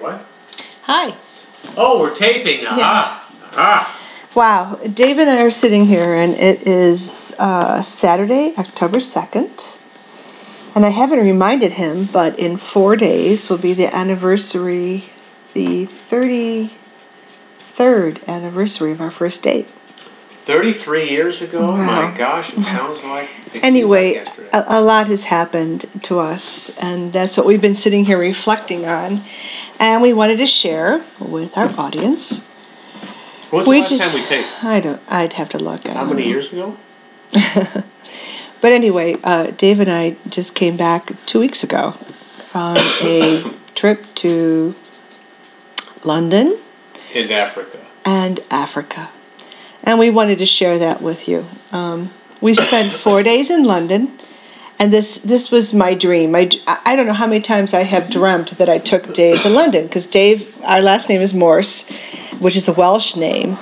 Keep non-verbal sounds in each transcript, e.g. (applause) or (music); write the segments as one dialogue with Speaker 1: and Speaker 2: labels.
Speaker 1: what?
Speaker 2: Hi.
Speaker 1: Oh, we're taping. Ah, Aha. Aha.
Speaker 2: Wow. Dave and I are sitting here, and it is uh, Saturday, October 2nd. And I haven't reminded him, but in four days will be the anniversary, the 33rd anniversary of our first date.
Speaker 1: 33 years ago?
Speaker 2: Wow.
Speaker 1: My gosh, it sounds like. it seemed
Speaker 2: Anyway, uh,
Speaker 1: like yesterday.
Speaker 2: a, a lot has happened to us, and that's what we've been sitting here reflecting on. And we wanted to share with our audience.
Speaker 1: When's
Speaker 2: we
Speaker 1: the last
Speaker 2: just-
Speaker 1: time we taped?
Speaker 2: I don't. I'd have to look. I
Speaker 1: How
Speaker 2: don't
Speaker 1: many
Speaker 2: know.
Speaker 1: years ago?
Speaker 2: But anyway, uh, Dave and I just came back two weeks ago from a (coughs) trip to London
Speaker 1: In Africa.
Speaker 2: and Africa. And we wanted to share that with you. Um, we spent four days in London, and this, this was my dream. My, d- I I don't know how many times I have dreamt that I took Dave to London, because Dave, our last name is Morse, which is a Welsh name.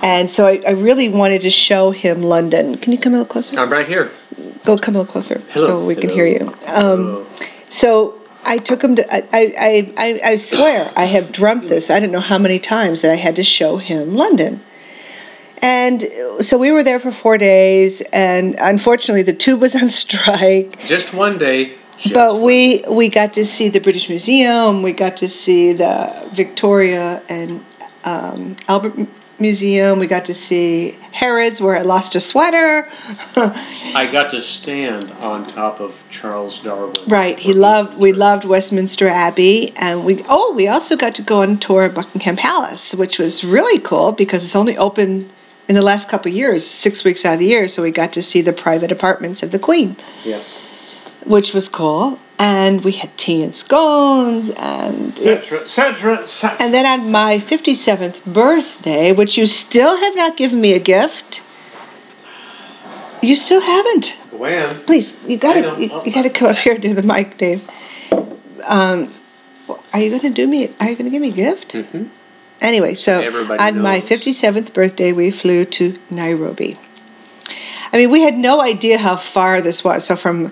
Speaker 2: And so I, I really wanted to show him London. Can you come a little closer?
Speaker 1: I'm right here.
Speaker 2: Go come a little closer so we can
Speaker 1: Hello.
Speaker 2: hear you. Um, so I took him to. I, I, I, I swear I have dreamt this. I don't know how many times that I had to show him London. And so we were there for four days, and unfortunately the tube was (laughs) on strike.
Speaker 1: Just one day. Just
Speaker 2: But we we got to see the British Museum. We got to see the Victoria and um, Albert M- Museum. We got to see Harrods, where I lost a sweater. (laughs)
Speaker 1: I got to stand on top of Charles Darwin.
Speaker 2: Right. He
Speaker 1: Or
Speaker 2: loved. We
Speaker 1: Winston
Speaker 2: loved Westminster Abbey, and we oh, we also got to go on tour of Buckingham Palace, which was really cool because it's only open in the last couple of years, six weeks out of the year. So we got to see the private apartments of the Queen,
Speaker 1: Churchill. Yes.
Speaker 2: which was cool. And we had tea and scones, and it,
Speaker 1: Cetera, cetera, cetera.
Speaker 2: and then on my fifty seventh birthday, which you still have not given me a gift. You still haven't.
Speaker 1: when?
Speaker 2: Please,
Speaker 1: I
Speaker 2: you
Speaker 1: know.
Speaker 2: gotta, you, you gotta come up here to the mic, Dave. Um, are you gonna do me? Are you gonna give me a gift?
Speaker 1: Mm-hmm.
Speaker 2: Anyway, so
Speaker 1: Everybody
Speaker 2: on my
Speaker 1: knows.
Speaker 2: 57th birthday, we flew to Nairobi. I mean, we had no idea how far this was. So from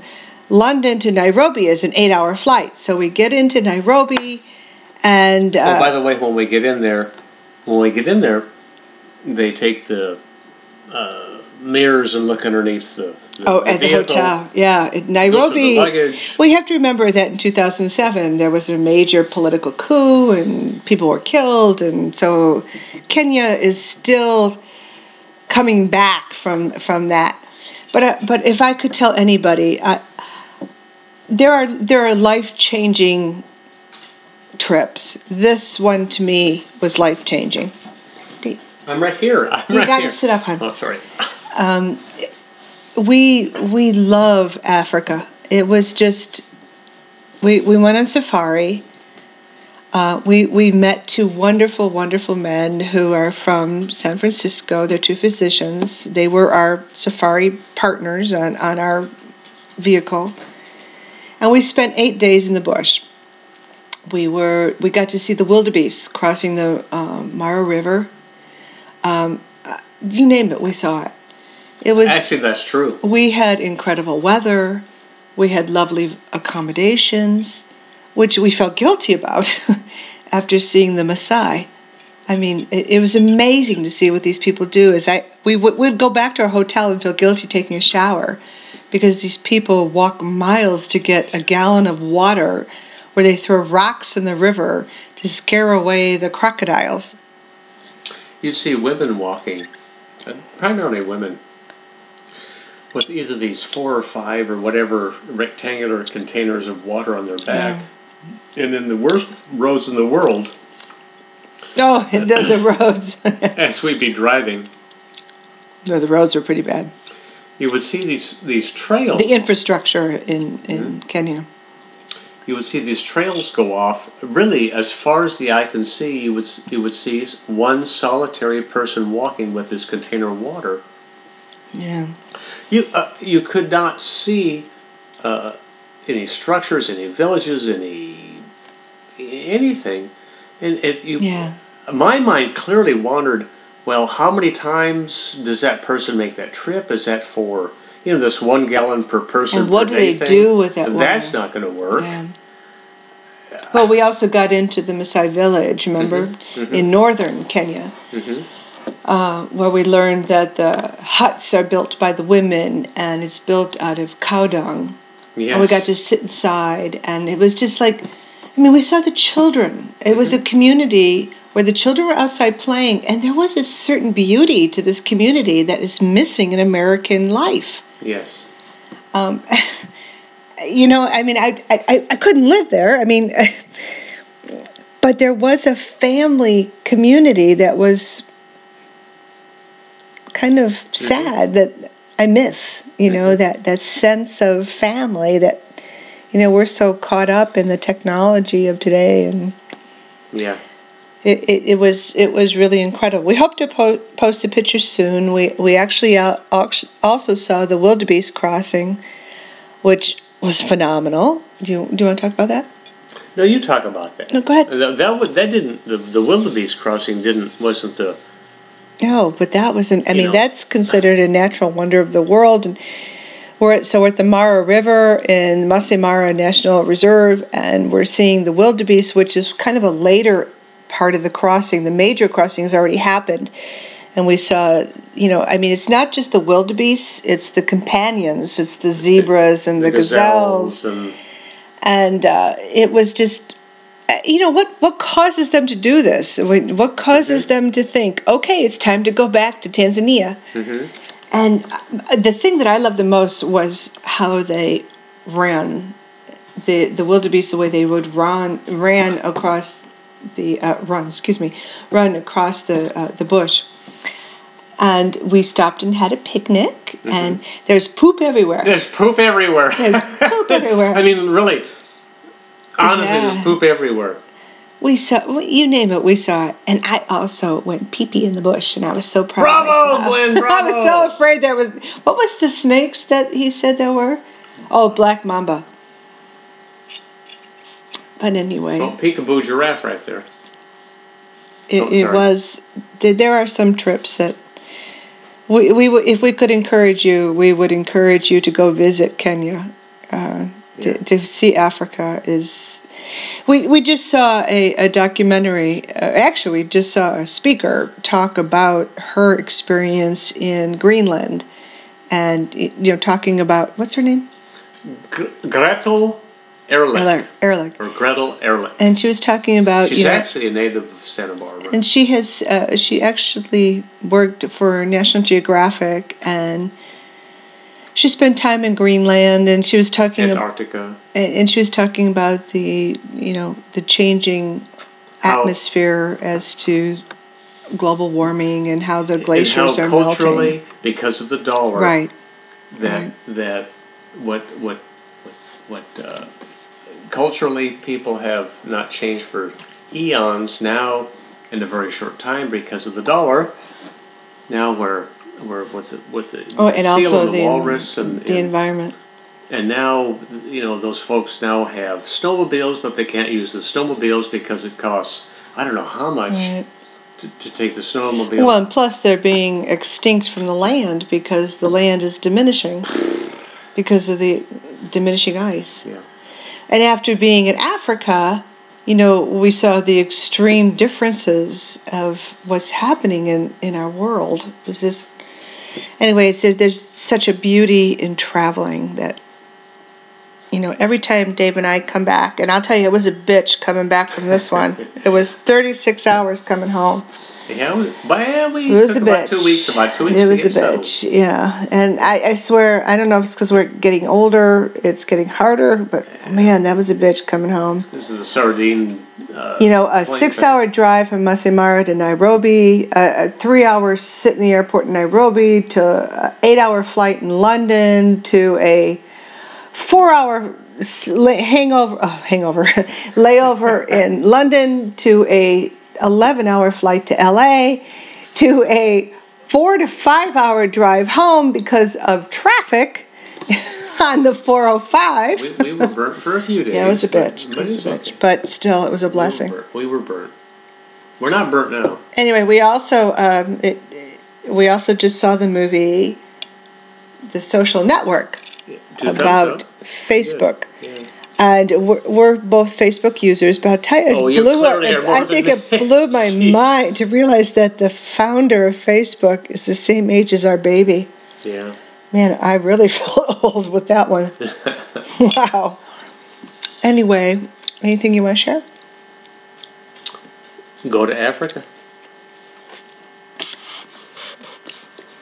Speaker 2: London to Nairobi is an eight-hour flight. So we get into Nairobi, and uh,
Speaker 1: oh, by the way, when we get in there, when we get in there, they take the uh, mirrors and look underneath the. the
Speaker 2: Oh, at the
Speaker 1: vehicle.
Speaker 2: hotel. Yeah, at
Speaker 1: Look for
Speaker 2: Nairobi.
Speaker 1: the luggage.
Speaker 2: We have to remember that in 2007 there was a major political coup and people were killed, and so Kenya is still coming back from from that. But uh, but if I could tell anybody, I, there are there are life changing trips. This one to me was life changing.
Speaker 1: I'm right here. I'm
Speaker 2: You
Speaker 1: right
Speaker 2: gotta
Speaker 1: here.
Speaker 2: sit up, hon.
Speaker 1: Oh, sorry.
Speaker 2: we we love Africa. It was just we we went on safari. Uh, we we met two wonderful wonderful men who are from San Francisco. They're two physicians. They were our safari partners on on our vehicle, and we spent eight days in the bush. We were we got to see the wildebeest crossing the um, Mara River. Um, uh, you name it, we saw it. It was
Speaker 1: Actually, that's true.
Speaker 2: we had incredible weather. We had lovely accommodations, which we felt guilty about (laughs) after seeing the Maasai. I mean, it, it was amazing to see what these people do. As I, we would we'd go back to our hotel and feel guilty taking a shower, because these people walk miles to get a gallon of water, where they throw rocks in the river to scare away the crocodiles.
Speaker 1: You see women walking, uh, primarily women, with either these four or five or whatever rectangular containers of water on their back. And in the worst roads in the world,
Speaker 2: Oh, the, the roads. (laughs)
Speaker 1: as we'd be driving,
Speaker 2: no, the roads were pretty bad.
Speaker 1: you would see these these trails.
Speaker 2: the infrastructure in in Kenya.
Speaker 1: you would see these trails go off. Really, as far as the eye can see, you would s- you would see s- one solitary person walking with this container of water.
Speaker 2: Yeah,
Speaker 1: You uh, you could not see uh, any structures, any villages, any anything, and it you.
Speaker 2: yeah.
Speaker 1: My mind clearly wandered. Well, how many times does that person make that trip? Is that for you know this one gallon per person?
Speaker 2: And what
Speaker 1: per
Speaker 2: do they
Speaker 1: day thing?
Speaker 2: do with that
Speaker 1: That's
Speaker 2: water?
Speaker 1: not going to work.
Speaker 2: yeah. Well, we also got into the Maasai village, remember, in northern Kenya, uh, where we learned that the huts are built by the women and it's built out of cow dung. And we
Speaker 1: Yes.
Speaker 2: got to sit inside, and it was just like I mean, we saw the children. It was a community where the children were outside playing, and there was a certain beauty to this community that is missing in American life
Speaker 1: Yes.
Speaker 2: Um, (laughs) you know i mean i i, I- I couldn't live there i mean (laughs) but there was a family community that was kind of sad that i miss you know that that sense of family that you know we're so caught up in the technology of today and
Speaker 1: Yeah.
Speaker 2: it, it, it was it was really incredible. We hope to po- post a picture soon. We we actually uh, auct- also saw the wildebeest crossing, which was phenomenal. Do you do you want to talk about that?
Speaker 1: No, you talk about that.
Speaker 2: No, go ahead.
Speaker 1: That, that, wa- that didn't the, the wildebeest crossing didn't wasn't the
Speaker 2: No, Oh, but that was an. I
Speaker 1: You
Speaker 2: mean,
Speaker 1: know.
Speaker 2: that's considered a natural wonder of the world, and we're at, so we're at the Mara River in Masai Mara National Reserve, and we're seeing the wildebeest, which is kind of a later part of the crossing. The major crossing has already happened, and we saw. You know, I mean, it's not just the wildebeest; it's the companions, it's the zebras and the, gazelles,
Speaker 1: and
Speaker 2: and uh, it was just. uh, You know what? What causes them to do this? When- What causes them to think, okay, it's time to go back to Tanzania? And uh, the thing that I loved the most was how they ran the the wildebeest the way they would run ran across the uh, run excuse me run across the uh, the bush. And we stopped and had a picnic, and there's poop everywhere.
Speaker 1: there's poop everywhere.
Speaker 2: There's
Speaker 1: (laughs)
Speaker 2: poop everywhere.
Speaker 1: I mean, really, honestly,
Speaker 2: Yeah.
Speaker 1: there's poop everywhere.
Speaker 2: We saw, well, you name it, we saw it. And I also went pee pee in the bush, and I was so proud. of
Speaker 1: Bravo,
Speaker 2: myself.
Speaker 1: Gwen,
Speaker 2: (laughs) I was
Speaker 1: bravo.
Speaker 2: so afraid there was. What was the snakes that he said there were? Oh, black mamba. But anyway,
Speaker 1: Oh, peekaboo giraffe right there.
Speaker 2: it,
Speaker 1: oh,
Speaker 2: it
Speaker 1: sorry.
Speaker 2: was. th- There are some trips that we, we w- if we could encourage you, we would encourage you to go visit Kenya. Uh,
Speaker 1: Yeah.
Speaker 2: to, to see Africa is. We, we just saw a, a documentary. Uh, actually, we just saw a speaker talk about her experience in Greenland, and y- you know, talking about what's her name,
Speaker 1: Gr- Gretel Erlich.
Speaker 2: Erlich. Erlich.
Speaker 1: Or Gretel Erlich.
Speaker 2: and she was talking about
Speaker 1: She's
Speaker 2: you know,
Speaker 1: actually a native of Santa Barbara.
Speaker 2: and she has uh, she actually worked for National Geographic and she spent time in Greenland and she was talking ab-
Speaker 1: Antarctica.
Speaker 2: and and she was talking about the you know the changing
Speaker 1: How-
Speaker 2: atmosphere as to global warming and how the glaciers
Speaker 1: and
Speaker 2: are
Speaker 1: how culturally,
Speaker 2: melting
Speaker 1: because of the dollar,
Speaker 2: right
Speaker 1: that
Speaker 2: right.
Speaker 1: that what what what what, uh, culturally people have not changed for eons now in a very short time because of the dollar. Now we're we're with the, with the,
Speaker 2: oh
Speaker 1: with the
Speaker 2: and
Speaker 1: seal
Speaker 2: also
Speaker 1: and the,
Speaker 2: the en-
Speaker 1: walrus and,
Speaker 2: the
Speaker 1: and
Speaker 2: environment
Speaker 1: and now you know those folks now have snowmobiles, but they can't use the snowmobiles because it costs I don't know how much
Speaker 2: Right.
Speaker 1: to, to take the snowmobile.
Speaker 2: well and plus they're being extinct from the land because the land is diminishing because of the diminishing ice
Speaker 1: yeah.
Speaker 2: And after being in Africa, you know, we saw the extreme differences of what's happening in, in our world. It's just, anyway, it's, there- there's such a beauty in traveling that, you know, every time Dave and I come back, and I'll tell you, it was a bitch coming back from this one. it was 36 hours coming home.
Speaker 1: Yeah, we, well, we
Speaker 2: It was
Speaker 1: took
Speaker 2: a
Speaker 1: about
Speaker 2: bitch.
Speaker 1: two weeks, about two weeks
Speaker 2: It
Speaker 1: to
Speaker 2: was a
Speaker 1: get settled.
Speaker 2: bitch, yeah. And I, I swear, I don't know if it's because we're getting older, it's getting harder, but man, that was a bitch coming home.
Speaker 1: This is the sardine. Uh,
Speaker 2: You know, a
Speaker 1: plane
Speaker 2: six hour drive from Masai Mara to Nairobi, a, a three hour sit in the airport in Nairobi, to an eight hour flight in London, to a four hour hangover, oh, hangover, (laughs) layover in London, to a 11 hour flight to LA, to a four to five hour drive home because of traffic (laughs) on the 405.
Speaker 1: We, we were burnt for a few days.
Speaker 2: yeah, it was a
Speaker 1: but-
Speaker 2: bitch.
Speaker 1: but
Speaker 2: It was
Speaker 1: it's
Speaker 2: a
Speaker 1: okay.
Speaker 2: bitch. But still, it was a blessing.
Speaker 1: We were burnt. We were burnt. We're not burnt now.
Speaker 2: anyway, we also um, it, it- we also just saw the movie The Social Network
Speaker 1: Two thumbs
Speaker 2: about
Speaker 1: up.
Speaker 2: Facebook.
Speaker 1: Good. Yeah.
Speaker 2: and we're, we're both Facebook users, but I'll tell you, it
Speaker 1: Oh, you
Speaker 2: blew up,
Speaker 1: clearly are more
Speaker 2: I think
Speaker 1: than (laughs)
Speaker 2: it blew my
Speaker 1: Jeez.
Speaker 2: mind to realize that the founder of Facebook is the same age as our baby.
Speaker 1: Yeah.
Speaker 2: Man, I really (laughs) felt old with
Speaker 1: (laughs)
Speaker 2: that one. wow. Anyway, anything you want to share?
Speaker 1: Go to Africa.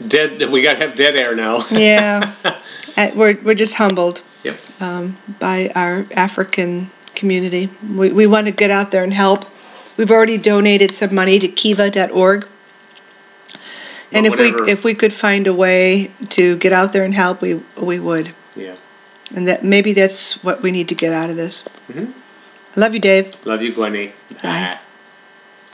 Speaker 1: Dead. We gotta have dead air now. (laughs)
Speaker 2: Yeah. Uh, we're, we're just humbled
Speaker 1: Yep.
Speaker 2: um, by our African community. We, we want to get out there and help. We've already donated some money to kiva.org. And if
Speaker 1: But
Speaker 2: we
Speaker 1: whatever-
Speaker 2: if we could find a way to get out there and help, we we would.
Speaker 1: Yeah.
Speaker 2: And that maybe that's what we need to get out of this. I love you, Dave.
Speaker 1: Love you, Gwenny.
Speaker 2: Bye.